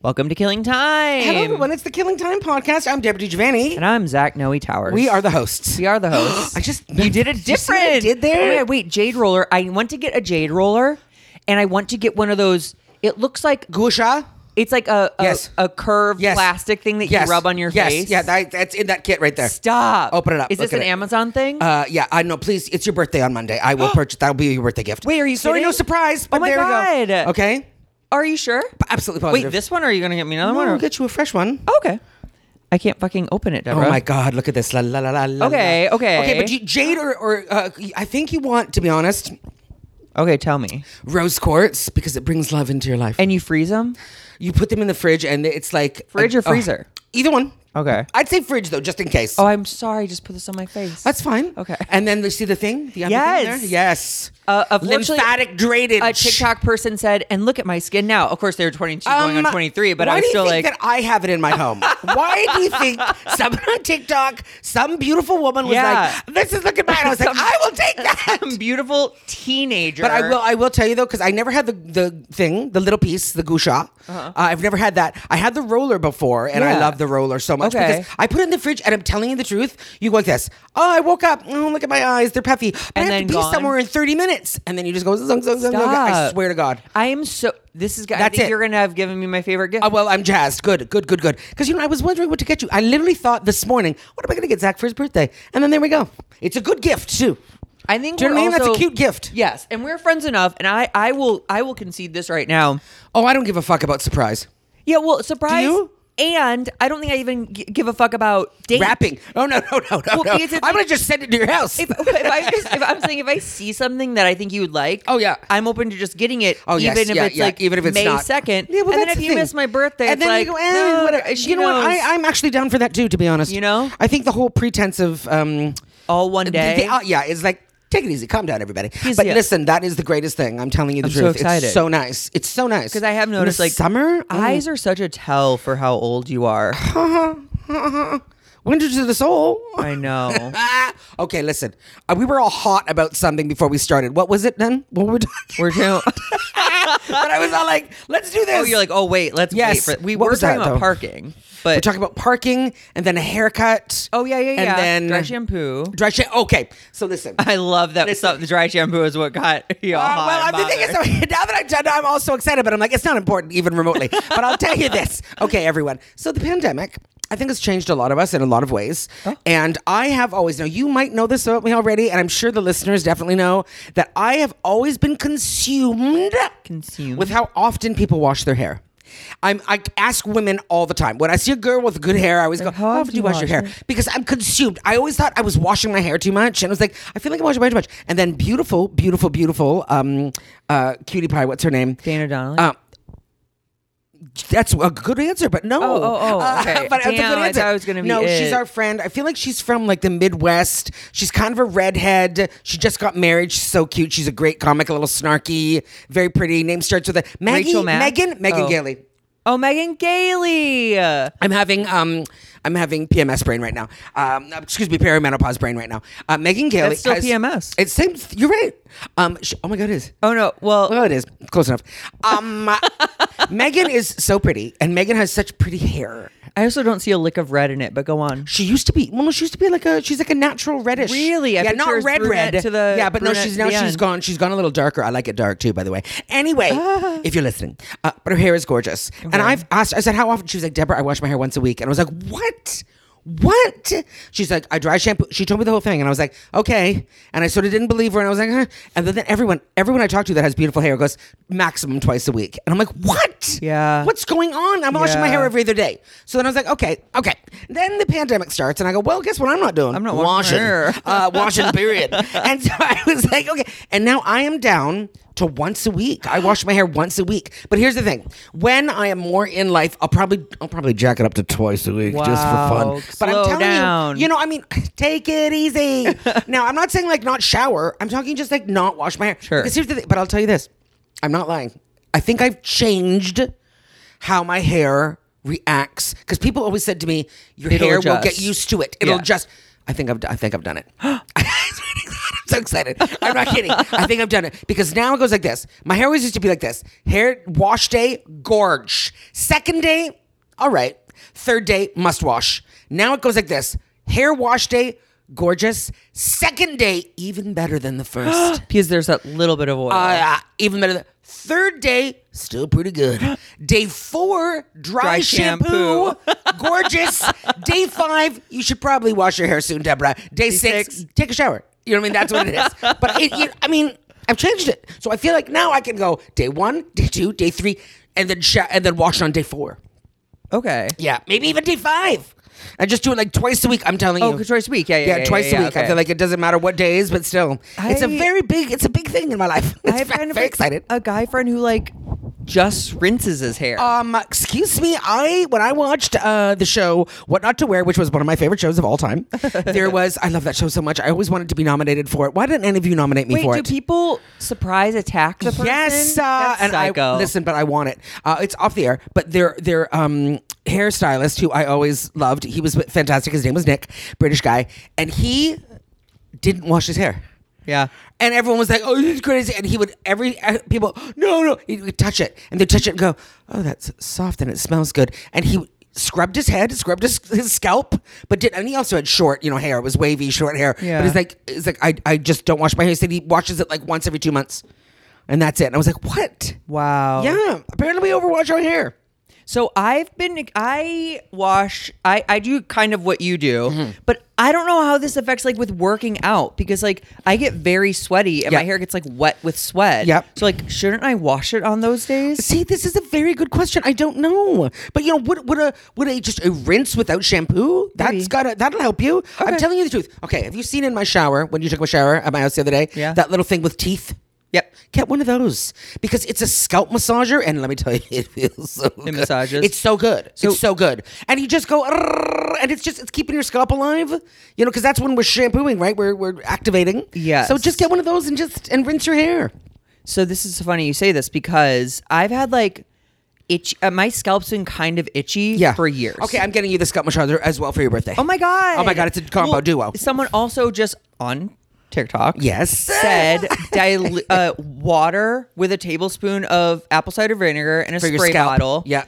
Welcome to Killing Time. Hello, everyone. It's the Killing Time podcast. I'm Deputy Giovanni. And I'm Zach Noe Towers. We are the hosts. We are the hosts. I just you did it Did you see what different. I did there? Oh, yeah, wait, jade roller. I want to get a jade roller, and I want to get one of those. It looks like Gusha. it's like a a, Yes. a curved Yes. plastic thing that Yes. you rub on your yes. face. Yeah, that, that's in that kit right there. Stop. Open it up. Is Look this at an it. Amazon thing? Uh, yeah, I know. Please, it's your birthday on Monday. I will purchase. That'll be your birthday gift. Wait, are you Sorry, no kidding? surprise. But Oh my there we go. God. Okay, are you sure? absolutely Wait, positive. this one? Or are you gonna get me another No, one? I'll Or? get you a fresh one. Oh, okay. I can't fucking open it, Oh Deborah. my God! Look at this. La la la la. la, Okay, la. okay. Okay, but you, Jade or, or uh, I think you want to be honest, Okay, tell me. rose quartz because it brings love into your life. And you freeze them? you put them in the fridge, and it's like Fridge or oh, freezer? either one. Okay. I'd say fridge though, just in case. Oh, I'm sorry. Just put this on my face. That's fine. Okay. And then you see the thing? The other thing there? Yes. Yes. Uh, unfortunately, Lymphatic drainage. a TikTok person said, "And look at my skin now." Of course, they were 22 going on Um, 23, but why I was do you still like, think that I have it in my home? why do you think someone on TikTok, some beautiful woman was Yeah. like, "This is looking bad." I was like, Some- "I will take that." "I'm beautiful teenager." But I will. I will tell you though, because I never had the the thing, the little piece, the gusha. Uh, I've never had that. I had the roller before, and I Uh-huh. Yeah. love the roller so much Okay. because I put it in the fridge. And I'm telling you the truth. You go like this. Oh, I woke up. Oh, look at my eyes. They're puffy. But And I have then to be gone. somewhere in 30 minutes, and then you just go zung zung zung zung. I Stop. swear to God. I am so. This is. I That's think it. you're gonna have given me my favorite gift. Oh, well, I'm jazzed. Good, good, good, good. Because you know, I was wondering what to get you. I literally thought this morning, what am I going to get Zach for his birthday? And then there we go. It's a good gift too. I think. Do you know we're what I mean? That's a also- cute gift. Yes, and we're friends enough, and I, I will, I will concede this right now. Oh, I don't give a fuck about surprise. Yeah, well, surprise. you? And I don't think I even g- give a fuck about dates. Wrapping. Oh no no no no. Well, no. because it's I'm like- gonna just send it to your house. if, if I just, if I'm saying if I see something that I think you would like, Oh, yeah. I'm open to just getting it. Oh, yes, even if yeah, it's yeah, like even if it's May not. second. yeah, well, and then that's if the you thing. miss my birthday, and it's then like, you go, eh, no, whatever. she You know what? knows. I, I'm actually down for that too. To be honest, You know? I think the whole pretense of um, all one day. The, uh, yeah, it's like take it easy, calm down, everybody. But yeah. listen, that is the greatest thing. I'm telling you the I'm so truth. excited. It's so nice. It's so nice Because I have In the noticed, like summer Oh. eyes are such a tell for how old you are. winter to the soul. I know. okay, listen. Uh, we were all hot about something before we started. What was it then? What were we talking? We're too. but I was all like, "Let's do this." Oh, you're like, oh wait, let's Yes. wait for. We What were was talking that, about though? parking, We're but talking about parking and then a haircut. oh yeah, yeah, yeah. And then dry shampoo. Dry sha- Okay, so listen. I love that. Listen. some- the dry shampoo is what got you all Uh, hot well, and the thing is, bothered. now that I'm done, I'm all so excited, but I'm like, it's not important even remotely. but I'll tell you this. Okay, everyone. So the pandemic, I think has changed a lot of us in a lot of ways. Oh. And I have always, now you might know this about me already, and I'm sure the listeners definitely know that I have always been consumed, Consumed. with how often people wash their hair. I'm, I ask women all the time. When I see a girl with good hair, I always go, how How often do you wash your hair? it? because I'm consumed. I always thought I was washing my hair too much, and I was like, I feel like I'm washing my hair too much. And then beautiful, beautiful, beautiful, um, uh, cutie pie. What's her name? Dana Donnelly. Uh, that's a good answer, but no. Oh, oh, oh, Uh, okay. but it's a Damn, good I answer. thought it was gonna be no, she's it. our friend. I feel like she's from like the Midwest. She's kind of a redhead. She just got married. She's so cute. She's a great comic, a little snarky, very pretty. Name starts with a Maggie, Rachel Maddow? Megan, Megan Oh. Gailey. oh, Megan Gailey. Oh, I'm having um I'm having PMS brain right now. Um, excuse me, perimenopause brain right now. Uh, Megan Gailey. That's still has- PMS. It's same. You're right. Um, sh- oh my god, it is. Oh no. Well, Oh, it is close enough. Um, Megan is so pretty, and Megan has such pretty hair. I also don't see a lick of red in it. But go on. She used to be well, no, she used to be like a she's like a natural reddish. Really? I yeah, picture her not as red brunette red to the- yeah, but no, brunette she's to now the she's end. gone. She's gone a little darker. I like it dark too, by the way. Anyway, Ah. if you're listening, uh, but her hair is gorgeous. And I've asked, I said, how often? She was like, Deborah, I wash my hair once a week, and I was like, what? What? She's like, I dry shampoo. She told me the whole thing, and I was like, okay. And I sort of didn't believe her, and I was like, huh. and then everyone, everyone I talk to that has beautiful hair goes maximum twice a week, and I'm like, what? Yeah. What's going on? I'm washing my Yeah. hair every every other day. So then I was like, okay, okay. Then the pandemic starts, and I go, well, guess what? I'm not doing. I'm not washing my hair. uh, washing. Period. and so I was like, okay. And now I am down to once a week. I wash my hair once a week. But here's the thing: when I am more in life, I'll probably I'll probably jack it up to twice a week just for fun. Wow. But Slow I'm telling down. you, you know, I mean, take it easy. now I'm not saying like not shower. I'm talking just like not wash my hair. Sure. Because here's the thing. But I'll tell you this: I'm not lying. I think I've changed how my hair reacts because people always said to me, "Your It'll hair will adjust. get used to it. It'll Yeah. just." I think I've d- I think I've done it. so excited. I'm not kidding. I think I've done it because now it goes like this. My hair always used to be like this. Hair wash day, gorge. Second day, all right. Third day, must wash. Now it goes like this. Hair wash day, gorgeous. Second day, even better than the first. because there's that little bit of oil. Uh, even better. than- Third day, still pretty good. Day four, dry, Dry shampoo. Gorgeous. Day five, you should probably wash your hair soon, Deborah. Day six, six. take a shower. You know what I mean? That's what it is. But it, you, I mean, I've changed it. So I feel like now I can go day one, day two, day three, and then sho and then wash on day four. okay. Yeah, maybe even day five. I just do it like twice a week. I'm telling Oh, you, twice a week. Yeah, yeah, yeah, yeah, twice yeah, a yeah, week. I okay. feel like it doesn't matter what days, but still, it's a I- very big. It's a big thing in my life. It's I have very, kind of very a- excited. A guy friend who like just rinses his hair. Um, excuse me. I when I watched uh the show What Not to Wear, which was one of my favorite shows of all time, there was I love that show so much. I always wanted to be nominated for it. Why didn't any of you nominate me Wait, for do it? people surprise attack the person? Yes, uh, That's and psycho. I listen, but I want it. Uh, it's off the air, but their their um hairstylist who I always loved. He was fantastic. His name was Nick, British guy, and he didn't wash his hair. Yeah. And everyone was like, "Oh, this is crazy!" And he would every uh, people, no, no, he would touch it, and they would touch it and go, "Oh, that's soft and it smells good." And he scrubbed his head, scrubbed his, his scalp, but did, and he also had short, you know, hair. It was wavy, short hair. Yeah. But he's like, he's like, I, I just don't wash my hair. He said he washes it like once every two months, and that's it. And I was like, what? Wow. Yeah, apparently we overwash our hair. So I've been I wash I I do kind of what you do, Mm-hmm. but I don't know how this affects like with working out because like I get very sweaty and Yeah. my hair gets like wet with sweat. Yep. So like shouldn't I wash it on those days? See, this is a very good question. I don't know, but you know, would would a would a just a rinse without shampoo? Maybe. That's gotta that'll help you. I'm Okay. telling you the truth. Okay, have you seen in my shower when you took my shower at my house the other day? Yeah. that little thing with teeth. Yep. Get one of those because it's a scalp massager, and let me tell you, it feels so. good. massages? It's so good. it's so good, and you just go, "Arrrr," and it's just it's keeping your scalp alive. You know, because that's when we're shampooing, right? We're we're activating. Yes. So just get one of those and just and rinse your hair. So this is funny you say this because I've had like itch uh, my scalp's been kind of itchy for years. Okay, I'm getting you the scalp massager as well for your birthday. Oh my god. Oh my God, it's a combo duo. Someone also just on TikTok. Yes. Said dil- uh, water with a tablespoon of apple cider vinegar and a for your spray scalp. bottle. Yeah.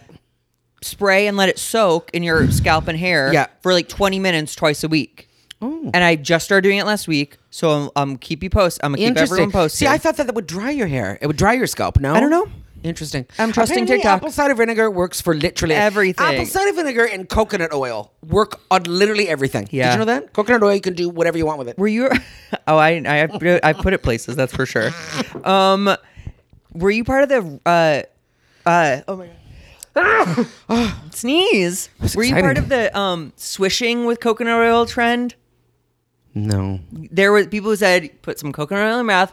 Spray and let it soak in your scalp and hair Yeah. for like 20 minutes twice a week. And I just started doing it last week. So I'm, I'm keep you post. I'm going to keep everyone Interesting. posted. See, I thought that that would dry your hair. It would dry your scalp. No, I don't know. Interesting. I'm trusting Apparently, TikTok. Apple cider vinegar works for literally Everything. Apple cider vinegar and coconut oil work on literally everything. Did Yeah. you know that? Coconut oil, you can do whatever you want with it. Were you? Oh, I I put- I put it places. That's for sure. Um, were you part of the? Uh, uh, oh my god. Sneeze. Were you part exciting. of the um swishing with coconut oil trend? No. There were people who said put some coconut oil in your mouth.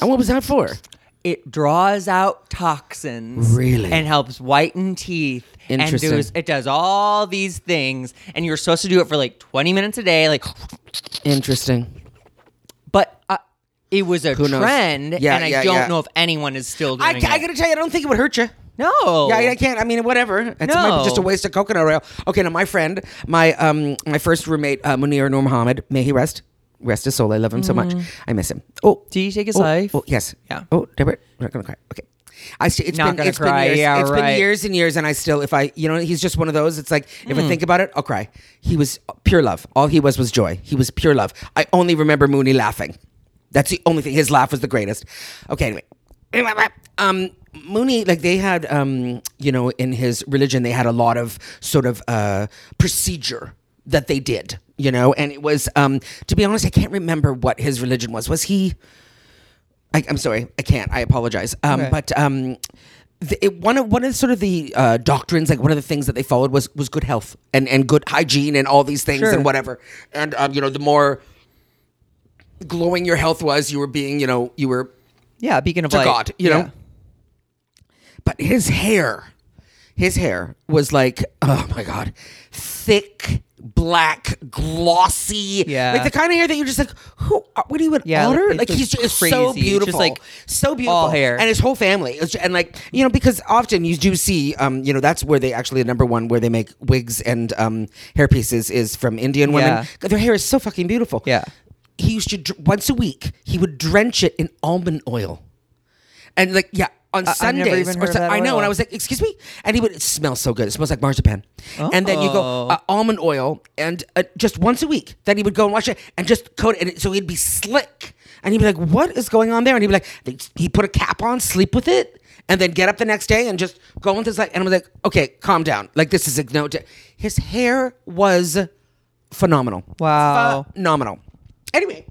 And what was that for? It draws out toxins. Really? And helps whiten teeth. Interesting. And does, it does all these things. And you're supposed to do it for like 20 minutes a day. Like Interesting. but uh, it was a knows? trend, Yeah, and I yeah, don't yeah. know if anyone is still doing I, it. I gotta tell you, I don't think it would hurt you. no, Yeah, I, I can't. I mean, whatever. It's it might be No. just a waste of coconut oil. Okay, now my friend, my um, my first roommate, uh, Munir Nur Muhammad, may he rest, rest his soul. I love him so much. Mm. I miss him. Oh, Did he take his oh, life? Oh, yes. Yeah. Oh, Deborah, I'm not gonna cry. Okay. I see. It's Not been gonna it's cry, been years. yeah, It's been right. years and years, and I still, if I, you know, he's just one of those. It's like if Mm. I think about it, I'll cry. He was pure love. All he was was joy. He was pure love. I only remember Mooney laughing. That's the only thing. His laugh was the greatest. Okay, anyway. Um, Mooney, like they had, um, you know, in his religion, they had a lot of sort of uh, procedure that they did, you know, and it was, um, to be honest, I can't remember what his religion was. Was he? I, I'm sorry, I can't. I apologize. Um, Okay. But um, the, it, one of one of sort of the uh, doctrines, like one of the things that they followed was was good health and and good hygiene and all these things Sure. and whatever. And um, you know, the more glowing your health was, you were being, you know, you were yeah, beacon of to light, God, you Yeah. know. But his hair, his hair was like, oh my god, thick, black, glossy, Yeah. like the kind of hair that you're just like, who? uh, What are you an Yeah, otter? it's Like just he's just it's crazy. so It's just, beautiful, like, so beautiful all hair. and his whole family. It was ju- and like you know, because often you do see, um, you know, that's where they actually number one where they make wigs and um hair pieces is from Indian women. Yeah. Their hair is so fucking beautiful. Yeah. he used to dr- once a week he would drench it in almond oil, and like yeah I've on never Sundays even or heard of Sun- that I know, oil. and I was like, excuse me, and he would it smells so good, it smells like marzipan, and then you Oh. go uh, almond oil and uh, just once a week, then he would go and wash it and just coat it, and it, so he'd be slick, and he'd be like, what is going on there, and he'd be like, they- he put a cap on, sleep with it. And then get up the next day and just go with his like, and I'm like, okay, calm down. Like this is like no. di- His hair was phenomenal. Wow. Phenomenal. Anyway.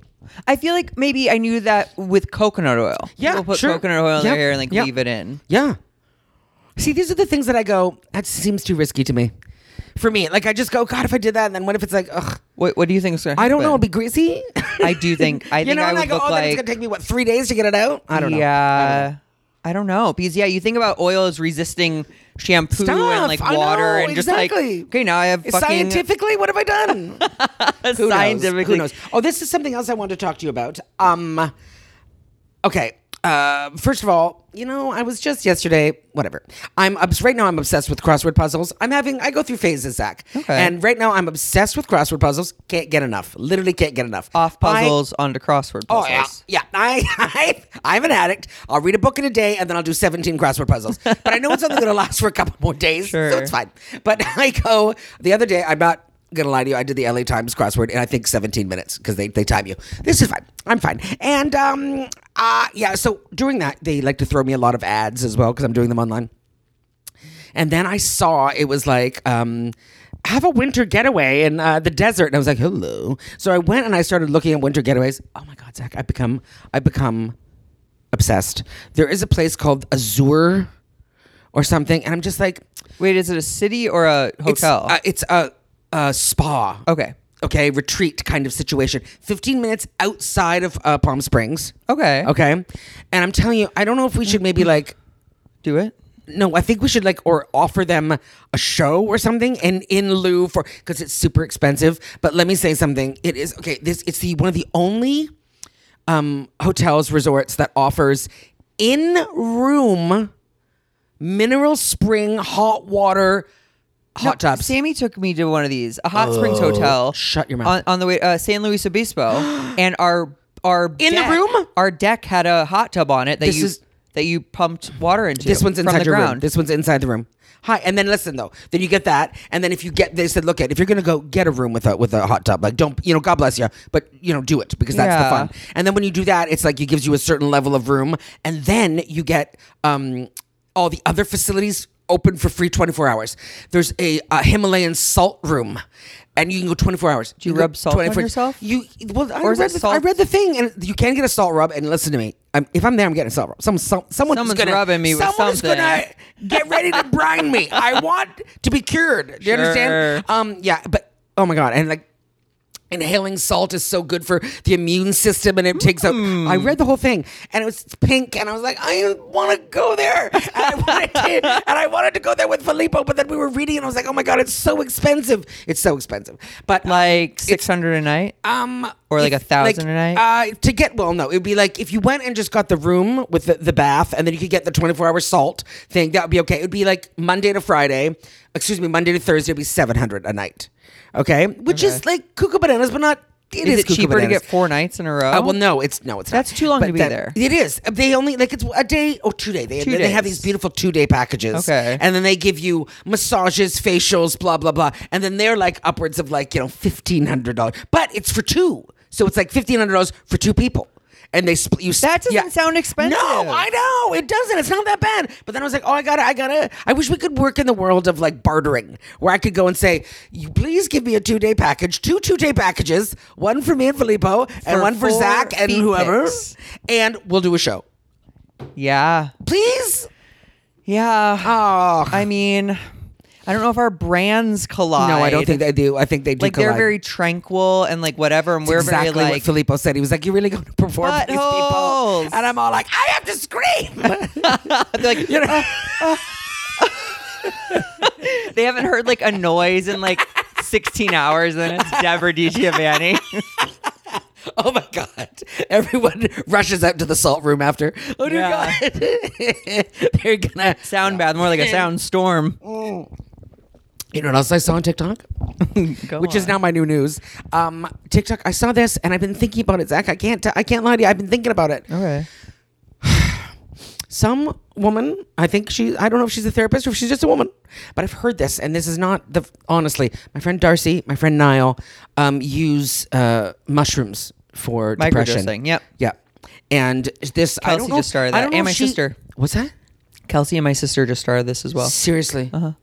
I feel like maybe I knew that with coconut oil. Yeah, People put sure. coconut oil in Yeah, their hair and like yeah. leave it in. Yeah. See, these are the things that I go, that seems too risky to me. For me, like I just go, God, if I did that, and then what if it's like, ugh, What What do you think is going to happen? I don't know, it'll be greasy. I do think I you think know, I and would I go, look oh, then it's like gonna take me what three days to get it out. I don't know. yeah. I don't know because yeah, you think about oil as resisting shampoo and Stuff. like I water know, and just exactly. like okay now I have fucking Scientifically, what have I done? Who knows? scientifically Who knows? Oh, this is something else I wanted to talk to you about. Um, okay. Uh, first of all, you know, I was just yesterday. Whatever. I'm obs- right now. I'm obsessed with crossword puzzles. I'm having. I go through phases, Zach. Okay. And right now, I'm obsessed with crossword puzzles. Can't get enough. Literally, can't get enough. off I- puzzles onto crossword Oh puzzles. yeah, yeah. I, I I'm an addict. I'll read a book in a day, and then I'll do 17 crossword puzzles. But I know it's only going to last for a couple more days, so Sure. it's fine. But I go the other day. I'm not going to lie to you. I did the LA Times crossword in I think 17 minutes because they they time you. This is fine. I'm fine. And um, uh, yeah. So during that, they like to throw me a lot of ads as well because I'm doing them online. And then I saw it was like, um, have a winter getaway in uh, the desert, and I was like, hello. So I went and I started looking at winter getaways. Oh my god, Zach, I become, I become obsessed. There is a place called Azure or something, and I'm just like, Wait, is it a city or a it's, hotel? uh, it's a, a spa. okay. Okay, retreat kind of situation. 15 minutes outside of uh, Palm Springs. Okay. Okay. And I'm telling you, I don't know if we should maybe like Do it. no, I think we should like or offer them a show or something and in lieu for because it's super expensive. But let me say something. It is okay. This it's the one of the only um, hotels resorts that offers in room mineral spring hot water hot tubs. Sammy took me to one of these, a hot springs hotel. shut your mouth. On, on the way, uh, San Luis Obispo, and our our In the deck- room? our deck had a hot tub on it that This you is- that you pumped water into. This one's from inside the your room. ground. This one's inside the room. Hi, and then listen though. Then you get that, and then if you get, they said, look at if you're gonna go get a room with a with a hot tub, like don't you know, God bless you, but you know, do it because that's Yeah. the fun. And then when you do that, it's like it gives you a certain level of room, and then you get um all the other facilities open for free 24 hours. There's a, uh Himalayan salt room. And you can go 24 hours. Do you rub salt on yourself? You well, I, Or is read it the, I salt? read the thing, and you can get a salt rub. And listen to me, I'm, if I'm there, I'm getting a salt rub. Some, some, someone Someone's gonna, rubbing me with someone's something. gonna get ready to brine me. I want to be cured. Do you understand? Sure. Um, yeah, but oh my god, and like inhaling salt is so good for the immune system and it takes up Hmm. I read the whole thing and it was pink and I was like I want to go there and I wanted to, and I wanted to go there with Filippo but then we were reading and I was like oh my god it's so expensive it's so expensive but uh, like six hundred a night. um, Or like a thousand a Uh, to get well, no, it'd be like if you went and just got the room with the, the bath, and then you could get the twenty four hour salt thing. That would be okay. It would be like Monday to Friday, excuse me, Monday to Thursday. It'd be seven hundred a night. Okay, which is like cuckoo bananas, but not. is, is it cuckoo cheaper to bananas. get four nights in a row? Uh, well, no, it's no, it's That's not. too long But to be that- there. It is. They only like it's a day or two day. They, Two they have days. these beautiful two day packages. Okay. and then they give you massages, facials, blah blah blah, and then they're like upwards of like you know fifteen hundred dollars, but it's for two, so it's like fifteen hundred dollars for two people. And they split you. s- That doesn't sound expensive. No, I know it doesn't. It's not that bad. But then I was like, oh, I gotta, I gotta. I wish we could work in the world of like bartering, where I could go and say, you please give me a two day package, two two day packages, one for me and Filippo, and For one for four Zach and feet whoever, pics. and we'll do a show. yeah, Please. yeah. Oh I mean, I don't know if our brands collide. no, I don't think they do. I think they do. like collide. they're very tranquil and like whatever, and we're exactly very what like Filippo said. He was like, "You're really going to perform for these people," Buttholes. and I'm all like, "I have to scream." They're like, you know. they haven't heard like a noise in like 16 hours, and then it's Deborah DiGiovanni. Oh my God. Everyone rushes out to the salt room after. Oh dear Yeah. God. They're gonna sound bath, more like a sound storm. You know what else I saw on TikTok? Go Which is on. now my new news. Um, TikTok. I saw this and I've been thinking about it, Zach. I can't. T- I can't lie to you. I've been thinking about it. okay. Some woman. I think she. I don't know if she's a therapist or if she's just a woman. But I've heard this, and this is not the. Honestly, my friend Darcy, my friend Niall, um, use uh, mushrooms for depression. Microdosing. Yep. Yeah. And this. I don't Kelsey know. just started I that, don't know and my if she- sister. Oh. What's that? Kelsey and my sister just started this as well. Seriously. Uh-huh. Uh huh.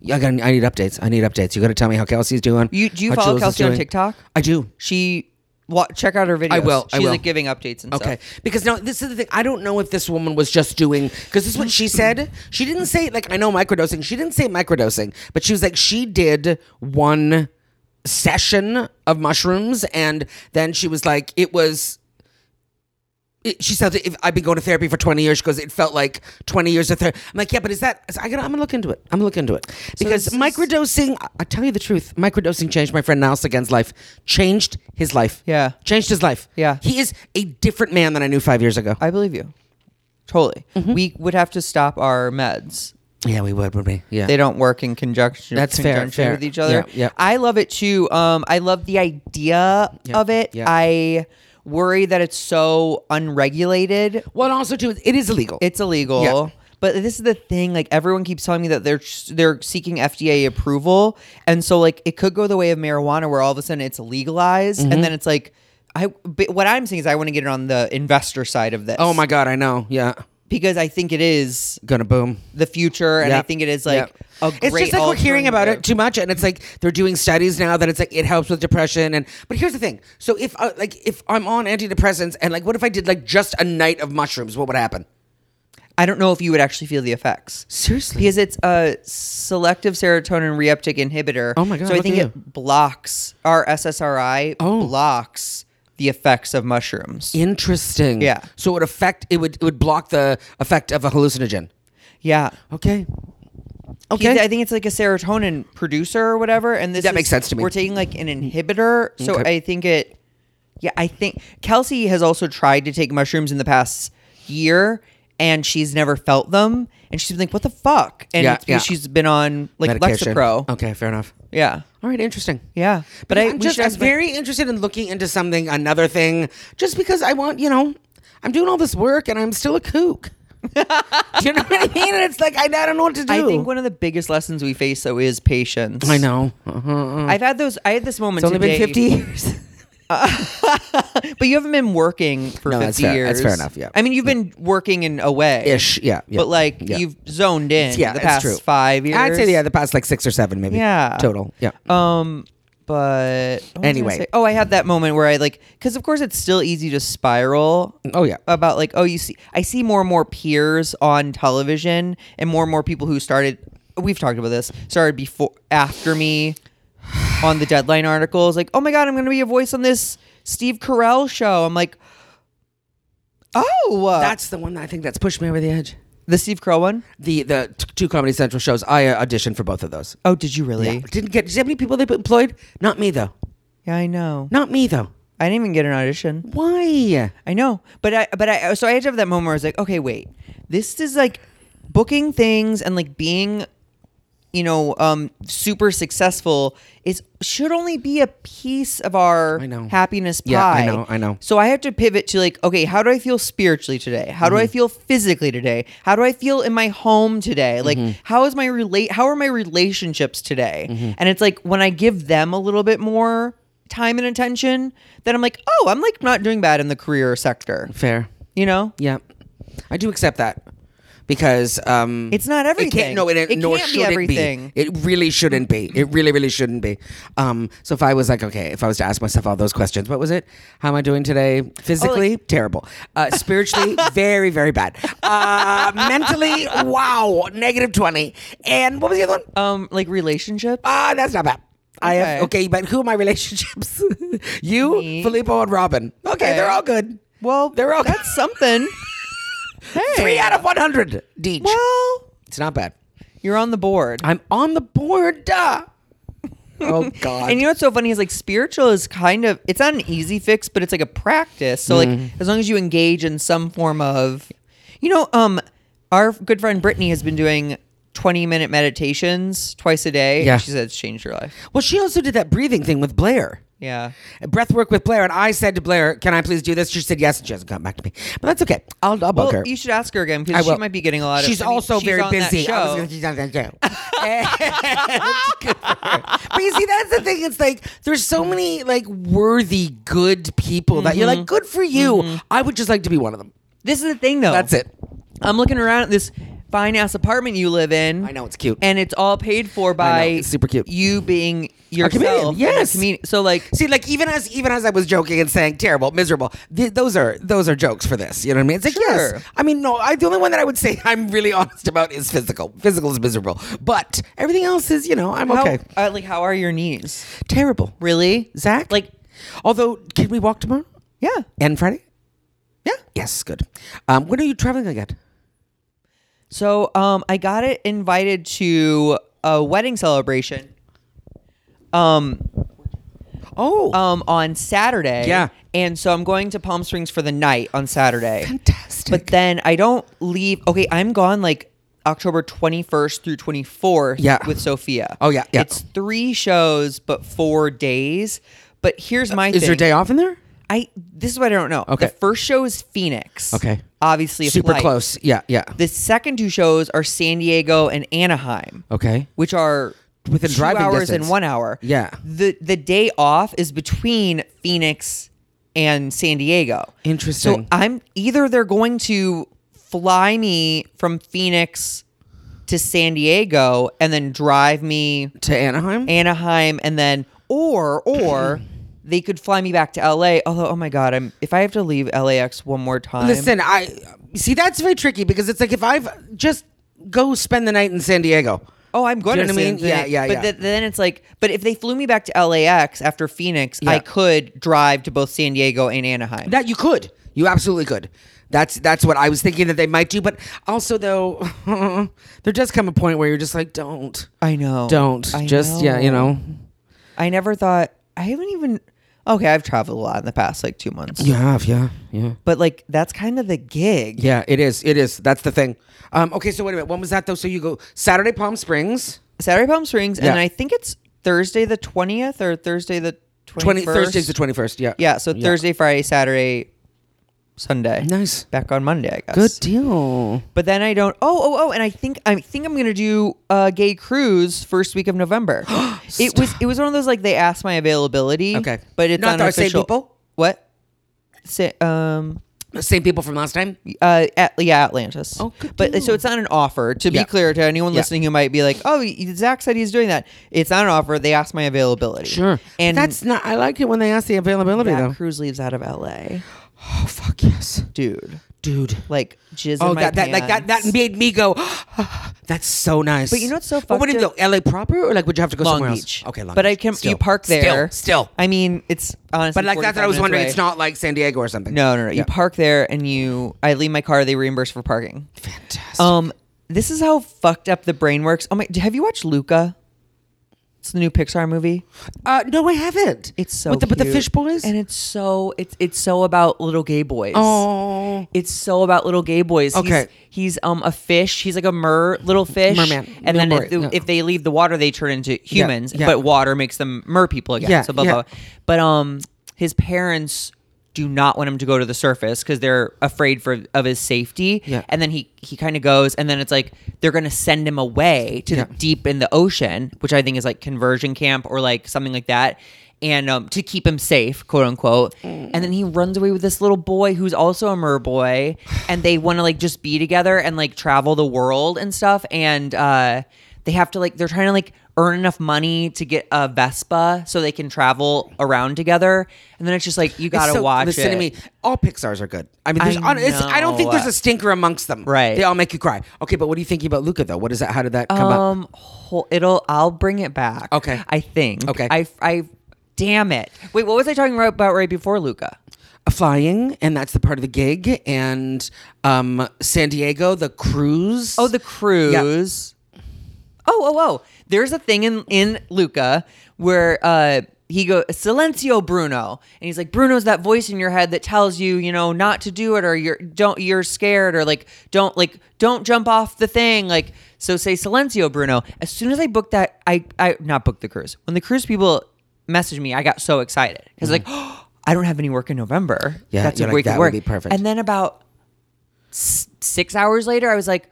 Yeah, I, got, I need updates. I need updates. You got to tell me how Kelsey's doing. You do you how follow Jules is Kelsey on doing. TikTok? I do. She wa- check out her videos. I will, I She's will. like giving updates and Okay, stuff. because now this is the thing. I don't know if this woman was just doing because this is what she said. She didn't say like I know microdosing. She didn't say microdosing, but she was like she did one session of mushrooms, and then she was like it was. It, she said, that "If I've been going to therapy for twenty years, she goes, it felt like twenty years of therapy." I'm like, "Yeah, but is that?" I gotta, I'm gonna look into it. I'm gonna look into it because this is- microdosing. I, I tell you the truth, microdosing changed my friend Niles Again's life. Changed his life. Yeah. changed his life. Yeah. He is a different man than I knew five years ago. I believe you. Totally. We would have to stop our meds. yeah, we would, would we? Yeah. They don't work in conjunction, That's fair, conjunction fair. with each other. Yeah, yeah. I love it too. Um, I love the idea Yeah, of it. yeah. I worry that it's so unregulated. well, also too, it is illegal. It's illegal. Yeah. But this is the thing. Like everyone keeps telling me that they're they're seeking FDA approval, and so like it could go the way of marijuana, where all of a sudden it's legalized, Mm-hmm. and then it's like, I. But what I'm saying is, I want to get it on the investor side of this. oh my god, I know. Yeah, Because I think it is gonna boom. the future, and I Yeah. think it is like Yeah. a great. it's just like we're hearing about it too much, and it's like they're doing studies now that it's like it helps with depression. And but here's the thing: so if uh, like if I'm on antidepressants, and like what if I did like just a night of mushrooms? What would happen? I don't know if you would actually feel the effects. Seriously? Because it's a selective serotonin reuptake inhibitor. Oh my God, So I look think at you. it blocks our SSRI Oh. blocks the effects of mushrooms. Interesting. Yeah. So it would affect it would it would block the effect of a hallucinogen. Yeah. Okay. Okay. Okay. I think it's like a serotonin producer or whatever. And this That is- makes sense to me. We're taking like an inhibitor. So Okay. I think it yeah, I think Kelsey has also tried to take mushrooms in the past year and she's never felt them. And she's been like, What the fuck? And Yeah, it's because yeah. she's been on like Medication. Lexapro. Okay, fair enough. Yeah. All right, interesting. Yeah. But But I I, am we just should I'm ask- very interested in looking into something, another thing, just because I want, you know, I'm doing all this work and I'm still a kook. do you know what I mean? And it's like I, I don't know what to do. I think one of the biggest lessons we face though is patience. I know. Uh-huh. I've had those. I had this moment. It's only been today, 50 years. but you haven't been working for No, that's fifty fair. years. That's fair enough, yeah. I mean, you've been working in a way Ish, yeah, yeah, But like yeah. you've zoned in. yeah, the it's past true. five years. I'd say yeah, the past like six or seven, maybe. Yeah. total. Yeah. Um, but what was I gonna Anyway. say? oh, I had that moment where I like because of course it's still easy to spiral. Oh, yeah. about like oh you see I see more and more peers on television and more and more people who started we've talked about this started before after me on the deadline articles like oh my god I'm gonna be a voice on this Steve Carell show I'm like oh that's the one that I think that's pushed me over the edge. the Steve Carell one The the t- two Comedy Central shows, I uh, auditioned for both of those. oh did you really yeah, Didn't get. Do you have any people they employed? Not me though. I know Not me though. I didn't even get an audition Why? I know, but I but I so I had to have that moment where I was like, okay, wait, this is like booking things and like being, you know, um, super successful is should only be a piece of our I know. happiness pie. Yeah, I know, I know. So I have to pivot to like, okay, how do I feel spiritually today? How Mm-hmm. do I feel physically today? How do I feel in my home today? Like, Mm-hmm. how is my relate? How are my relationships today? And it's like when I give them a little bit more time and attention, then I'm like, oh, I'm like not doing bad in the career sector. Fair. You know, Yeah, I do accept that because um, It's not It everything. can't, no, it, It nor can't be should everything. it be. It really shouldn't be. It really, really shouldn't be. Um, so if I was like, okay, if I was to ask myself all those questions, what was it? How am I doing today? Oh, Physically, terrible. Uh, spiritually, very, very bad. Uh, mentally, wow, negative twenty. And what was the other one? um, like relationships. Ah, that's not bad. I have Okay. okay, but who are my relationships? you, Me. Filippo, and Robin. Okay, Okay. they're all good. Well, They're all that's something. hey, Three out of 100, Deej. well, It's not bad. you're on the board. I'm on the board. Duh. Oh, God. And you know what's so funny is like spiritual is kind of it's not an easy fix, but it's like a practice. So like Mm-hmm. as long as you engage in some form of, you know, um, our good friend Brittany has been doing 20 minute meditations twice a day. Yeah. And she said it's changed her life. Well, she also did that breathing thing with Blair. Yeah. Breath work with Blair, and I said to Blair, "Can I please do this?" She said yes, and she hasn't gotten back to me. But that's okay. I'll, I'll bug Well, her. you should ask her again I because will. she might be getting a lot of. She's I mean, also very on that busy. I was show. gonna- she's on that show. And- but you see, that's the thing. It's like there's so many like worthy, good people that you're Mm-hmm. like, good for you. I would just like to be one of them. This is the thing, though. That's it. I'm looking around at this fine ass apartment you live in. I know it's cute. and it's all paid for by it's super cute. You being comedian, yourself. and a yes. comedian. So like, See, like even as even as I was joking and saying terrible, miserable, th- those are those are jokes for this. You know what I mean? It's like Sure. yes. I mean, no. I the only one that I would say I'm really honest about is physical. Physical is miserable, but everything else is you know I'm how, okay. uh, like, how are your knees? Terrible, Really, Zach. Like, although can we walk tomorrow yeah, and Friday? yeah. Yes, good. Um, when are you traveling again? So um, I got it invited to a wedding celebration. Um, Oh, um, on Saturday. Yeah. and so I'm going to Palm Springs for the night on Saturday. fantastic. But then I don't leave. Okay, I'm gone like October 21st through 24th Yeah. with Sophia. Oh, yeah, yeah. It's three shows, but four days. But here's my is thing. your day off in there? I this is what I don't know. Okay. The first show is Phoenix. Okay. Obviously, a Super flight. close. Yeah, yeah. The second two shows are San Diego and Anaheim, Okay. which are Within two driving hours distance. and one hour. Yeah. The the day off is between Phoenix and San Diego. Interesting. So I'm either they're going to fly me from Phoenix to San Diego and then drive me to Anaheim. Anaheim and then or or they could fly me back to LA. Although oh my god, I'm if I have to leave LAX one more time. Listen, I see that's very tricky because it's like if I've just go spend the night in San Diego. Oh, I'm going Do you know to what I San mean? Yeah, Diego. yeah, But yeah. th- then it's like, but if they flew me back to LAX after Phoenix, Yeah. I could drive to both San Diego and Anaheim. That you could. You absolutely could. That's that's what I was thinking that they might do, but also though there does come a point where you're just like don't. I know. Don't. I just yeah, you know. I never thought I haven't even. Okay, I've traveled a lot in the past like two months. You have, yeah. Yeah. But like that's kind of the gig. Yeah, it is. It is. That's the thing. Um okay, so wait a minute. When was that though? So you go Saturday Palm Springs, Saturday Palm Springs, Yeah. and I think it's Thursday the twentieth or Thursday the 21st. 20 Thursday's the 21st, yeah. yeah. So Thursday, Friday, Saturday, Sunday. Nice. Back on Monday, I guess. Good deal. But then I don't. Oh, oh, oh! And I think I think I'm gonna do a gay cruise first week of November. it was it was one of those like they asked my availability. Okay. but it's Not on the same people? What? Say, um. Same people from last time? Uh. At, yeah, Atlantis. Oh, good But so it's not an offer. To be Yeah. clear, to anyone Yeah. listening who might be like, "Oh, Zach said he's doing that," it's not an offer. They asked my availability. And And that's not I like it when they ask the availability that though. cruise leaves out of L.A. Oh fuck yes. Dude, Dude. like jizz. in Oh, my that, that like that that pants. made me go. that's so nice. But you know what's so What would fucked you go? L.A. proper or like would you have to go Long somewhere Beach. else? Okay, Long but Beach. I can Still. you park there. Still, still. I mean, it's honestly. But like that's 45 what I was minutes wondering. away. It's not like San Diego or something. No, no, no. Yeah. You park there and you. I leave my car. They reimburse for parking. Fantastic. Um, this is how fucked up the brain works. Oh my! Have you watched Luca? It's the new Pixar movie. uh, no, I haven't. It's so. with the, with the cute. fish boys. and it's so it's it's so about little gay boys. oh, It's so about little gay boys. Okay. He's, he's um a fish. He's like a mer little fish. Merman. And No then more- if, the- no. if they leave the water, they turn into humans. yeah. But water makes them mer people again. Yeah, So blah, yeah. blah blah. But um, his parents do not want him to go to the surface because they're afraid for of his safety. Yeah. And then he he kind of goes, and then it's like they're gonna send him away to Yeah. the deep in the ocean, which I think is like conversion camp or like something like that. And um, to keep him safe, quote unquote, Mm. and then he runs away with this little boy who's also a mer boy, and they want to like just be together and like travel the world and stuff. And uh, they have to like they're trying to like earn enough money to get a Vespa so they can travel around together. And then it's just like you It's gotta so- watch Listen it. to me. All Pixar's are good. I mean, there's, I I, it's, I don't know. think there's a stinker amongst them. Right. They all make you cry. Okay, but what do you think about Luca though? What is that? How did that come up? Um, hol- it'll. I'll bring it back. Okay. I think. Okay. I. I. Damn it! Wait, what was I talking about right before Luca? flying and that's the part of the gig and um san diego the cruise Oh, the cruise. Oh, oh, oh! There's a thing in in Luca where uh he goes Silencio Bruno, and he's like Bruno's that voice in your head that tells you you know not to do it or you're don't you're scared or like don't like don't jump off the thing like So say Silencio Bruno. As soon as I booked that, I I not booked the cruise. When the cruise people messaged me, I got so excited because like I don't have any work in November. Yeah, that's a you're like, week of that would work. be perfect. And then about s- six hours later, I was like,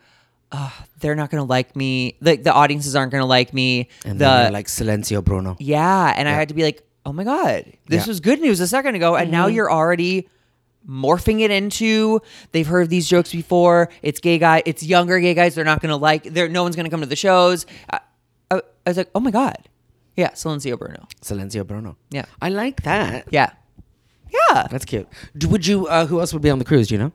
oh, they're not gonna like me. Like the audiences aren't gonna like me. And the then you're like Silencio Bruno. yeah, and I had to be like, "Oh my god, this Yeah. Mm-hmm. was good news a second ago, and now you're already morphing it into they've heard these jokes before. It's gay guy, it's younger gay guys. They're not gonna like. They're no one's gonna come to the shows." I, I, I was like, "Oh my god, yeah, Silencio Bruno, Silencio Bruno. Yeah. I like that. yeah, yeah." That's cute. D- Would you? Uh, who else would be on the cruise? Do you know?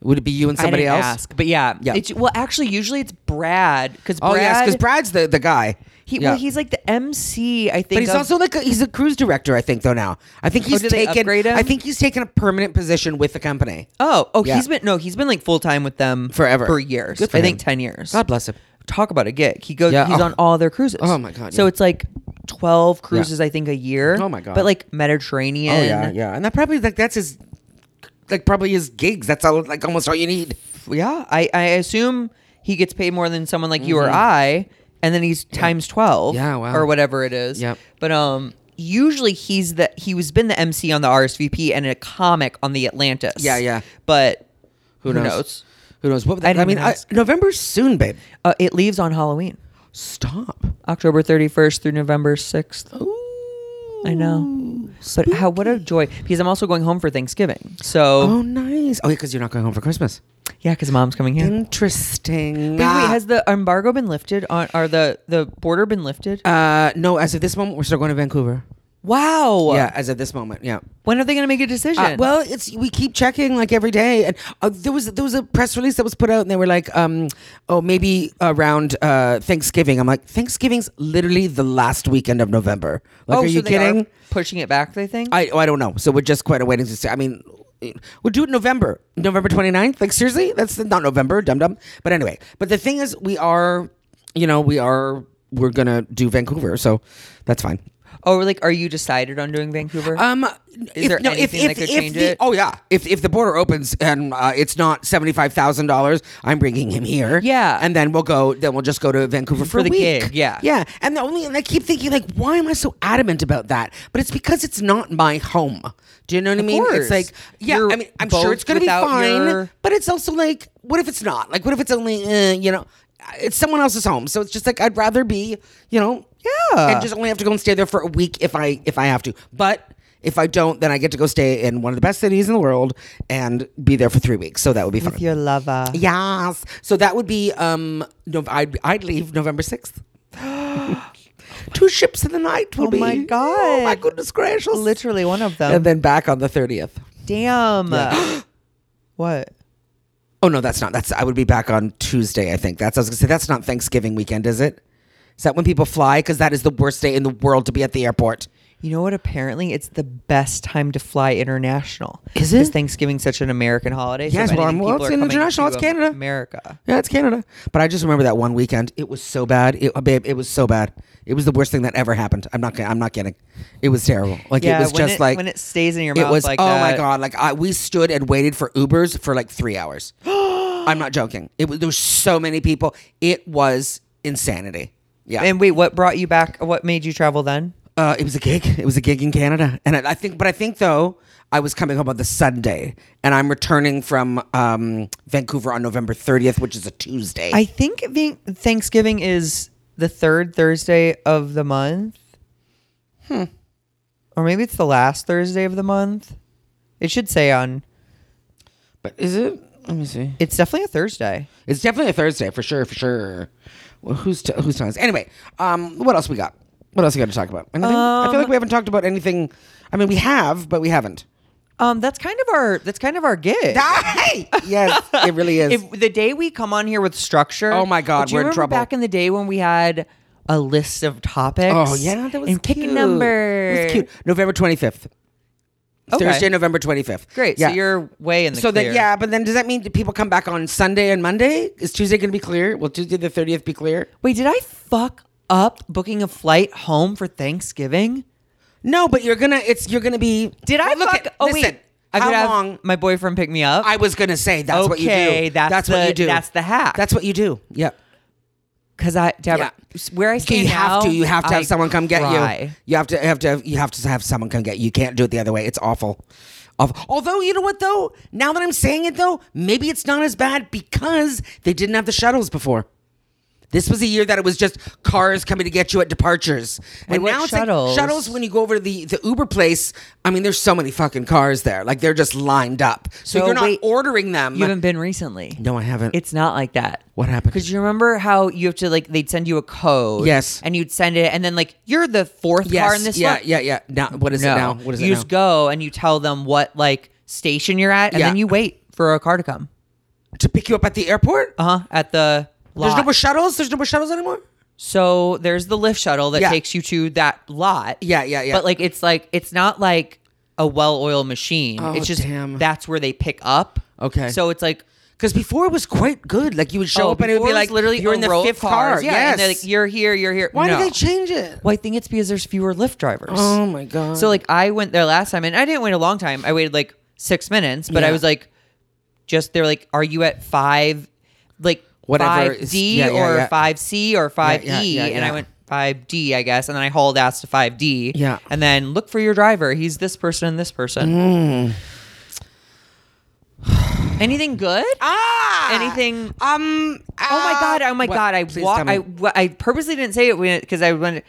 Would it be you and somebody I didn't else? ask, but yeah, Yeah. It's, well, actually, usually it's Brad because Oh Brad, yes, because Brad's the the guy. he, Yeah. well, he's like the MC. I think, But he's of- also like a, he's a cruise director, I think. Though now, I think he's did they taken. upgrade him? I think he's taken a permanent position with the company. oh, oh, Yeah. he's been no, he's been like full time with them Forever. for years. Good for I think him. ten years. God bless him. talk about a gig. He goes. Yeah, He's oh. on all their cruises. Oh my God, So yeah. it's like twelve cruises, I think, a year. Oh my God. But like Mediterranean. Oh yeah, yeah, and that probably like that's his, like probably his gigs. That's all like almost all you need. Yeah, I I assume he gets paid more than someone like you or I, and then he's times twelve. Mm-hmm. Yeah, wow. Or whatever it is. Yep. But um. Usually he's the he was been the MC on the RSVP and a comic on the Atlantis. Yeah, yeah. But Who who knows? knows? Who knows? What would I that, I, didn't mean, even I, ask. November's soon, babe. Uh, it leaves on Halloween, Stop. October thirty first through November sixth. Ooh, I know. But how what a joy because I'm also going home for Thanksgiving. So Oh, nice. Oh, yeah, because you're not going home for Christmas. Yeah, because mom's coming here. Interesting. Wait, Ah. wait, has the embargo been lifted? On are the the border been lifted? uh, no, as of this moment, we're still going to Vancouver. wow. Yeah, as of this moment, yeah. When are they going to make a decision? Uh, well, it's we keep checking like every day, and uh, there was there was a press release that was put out, and they were like, um, "Oh, maybe around uh, Thanksgiving." I'm like, "Thanksgiving's literally the last weekend of November." Like, oh, are so you they kidding? Are pushing it back, they think. I oh, I don't know. So we're just quite waiting to see. I mean, we'll do it November, November 29th. Like seriously, that's not November, dum dum. But anyway, but the thing is, we are, you know, we are we're gonna do Vancouver, so that's fine. oh, like are you decided on doing Vancouver? Um, if, there no, if, anything that if, could if change the, it? Oh yeah, if if the border opens and uh, it's not seventy five thousand dollars, I'm bringing him here. Yeah. and then we'll go. Then we'll just go to Vancouver for, For a the week. gig, yeah. yeah. And the only and I keep thinking like, why am I so adamant about that? But it's because it's not my home. Do you know what I mean? It's course. like yeah. You're I mean, I'm sure both it's gonna be without fine, your- but it's also like, what if it's not? Like, what if it's only uh, you know, it's someone else's home? So it's just like I'd rather be you know Yeah. and just only have to go and stay there for a week if I if I have to. But if I don't, then I get to go stay in one of the best cities in the world and be there for three weeks. So that would be fun. With your lover. Yes. So that would be um. No, I'd I'd leave November sixth. Two ships in the night will Oh be. my Oh my God. goodness gracious! Literally one of them. and then back on the thirtieth. Damn. what? Oh no, that's not. That's I would be back on Tuesday. I think that's. I was gonna say that's not Thanksgiving weekend, is it? Is that when people fly? Because that is the worst day in the world to be at the airport. You know what? Apparently, it's the best time to fly international. Is it? Because Thanksgiving's such an American holiday. Yes, so if well, anything, well, people it's are coming international, to it's Canada. America. Yeah, it's Canada. But I just remember that one weekend. It was so bad. It, uh, babe, it was so bad. It was the worst thing that ever happened. I'm not. ki- I'm not kidding. It was terrible. Like yeah, it was when just like when it stays in your it mouth was. like oh that. my god! Like I, we stood and waited for Ubers for like three hours. I'm not joking. It was there were so many people. It was insanity. Yeah. And wait, what brought you back? What made you travel then? Uh, it was a gig. It was a gig in Canada, and I, I think, but I think though I was coming home on the Sunday, and I'm returning from um, Vancouver on November 30th, which is a Tuesday. I think being Thanksgiving is the third Thursday of the month. Hmm. Or maybe it's the last Thursday of the month. It should say on. but is it? Let me see. It's definitely a Thursday. It's definitely a Thursday for sure, for sure. Well, who's t- who's times? Anyway, um, what else we got? What else we got to talk about? Anything? I feel like we haven't talked about anything. I mean, we have, but we haven't. Um, that's kind of our that's kind of our gig. Hey! yes, it really is. if the day we come on here with structure, Oh my God, do you we're in remember trouble. Back in the day when we had a list of topics. oh yeah, that was and cute. pick a number. It was cute. November twenty fifth. Okay. Thursday, November twenty fifth. Great. Yeah. So you're way in the so clear. that yeah, but then does that mean that people come back on Sunday and Monday? Is Tuesday going to be clear? Will Tuesday the thirtieth be clear? Wait, did I fuck up booking a flight home for Thanksgiving? No, but you're gonna. It's you're gonna be. Did I Well, look fuck? At, oh listen, wait, I how could have long? my boyfriend pick me up. I was gonna say that's what you do. Okay, that's what the- you do. that's the hack. That's what you do. Yep. because I Deborah, Yeah. s- where I stand You have now, to. You have to have I someone come get you. cry. You have to have to have, you have to have someone come get you. You can't do it the other way. It's awful. Awful. Although you know what though, now that I'm saying it though, maybe it's not as bad because they didn't have the shuttles before. This was a year that it was just cars coming to get you at departures. and what now it's shuttles? Like shuttles when you go over to the, the Uber place, I mean there's so many fucking cars there. Like they're just lined up. So, So you're not wait, ordering them. You haven't been recently. no, I haven't. It's not like that. What happened? Because you remember how you have to like they'd send you a code. Yes. And you'd send it, and then like you're the fourth yes, car in this. yeah, line. yeah, yeah. Now what is No. it now? What is you it now? just go and you tell them what like station you're at, and Yeah. then you wait for a car to come. to pick you up at the airport? Uh huh. At the lot. There's no more shuttles. There's no more shuttles anymore. so there's the lift shuttle that Yeah. takes you to that lot. Yeah, yeah, yeah. But like it's like it's not like a well-oiled machine. Oh, it's just damn. that's where they pick up. Okay. So it's like because before it was quite good. Like you would show oh, up and it would before be was like literally you're a in the row of fifth cars. car. Yeah. yes. And they're like you're here, you're here. Why no. did they change it? Well, I think it's because there's fewer Lyft drivers. Oh my god. So like I went there last time and I didn't wait a long time. I waited like six minutes, but Yeah. I was like, just they're like, are you at five, like Whatever five is- D yeah, yeah, or yeah. five C or five yeah, E? yeah, And I yeah. went five D, I guess, and then I hauled ass to five D. Yeah. and then look for your driver. He's this person and this person. Mm. Anything good? ah, Anything? Um. Oh my god! Oh my What? god! I Please wa- tell me. I wa- I purposely didn't say it because I wanted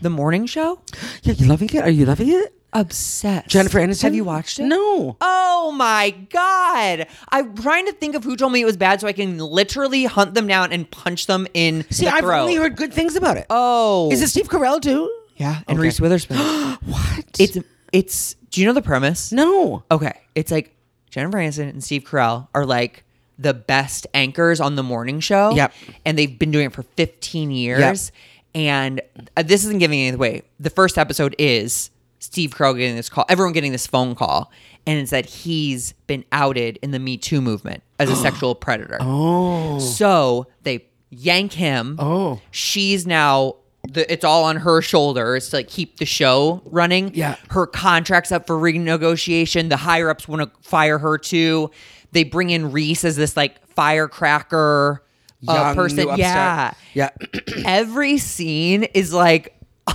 the morning show. yeah, you loving it? Are you loving it? Obsessed. Jennifer Aniston. Have you watched it? No. Oh my god! I'm trying to think of who told me it was bad, so I can literally hunt them down and punch them in See, the I've throat. only heard good things about it. oh, Is it Steve Carell too? Yeah, and Okay. Reese Witherspoon. What? it's it's. Do you know the premise? no. Okay, it's like Jennifer Aniston and Steve Carell are like the best anchors on the morning show. Yep. and they've been doing it for 15 years. And uh, this isn't giving anything away. The first episode is Steve Carell getting this call, everyone getting this phone call, and it's that he's been outed in the Me Too movement as a sexual predator. Oh, so they yank him. Oh. she's now. The, it's all on her shoulders to like keep the show running Yeah. her contract's up for renegotiation. The higher ups want to fire her too. They bring in Reese as this like firecracker uh, Young, new person. upstart. Yeah, Yeah. every scene is like,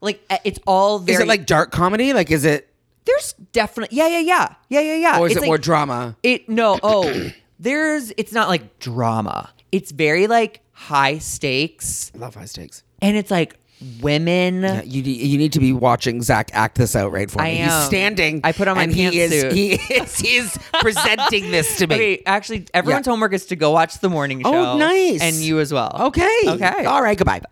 like uh, it's all very. is it like dark comedy? Like, is it there's definitely yeah yeah yeah yeah yeah yeah. or is It's it like- more drama? It no oh there's it's not like drama. It's very like high stakes Love high stakes. and it's like women. Yeah, you you need to be watching Zach act this out right for Uh, I me. He's am. standing. I put on my and he is pantsuit. he is he is presenting this to me. Okay, actually, everyone's Yeah. homework is to go watch the morning show. Oh, nice. And you as well. Okay. Okay. All right. Goodbye.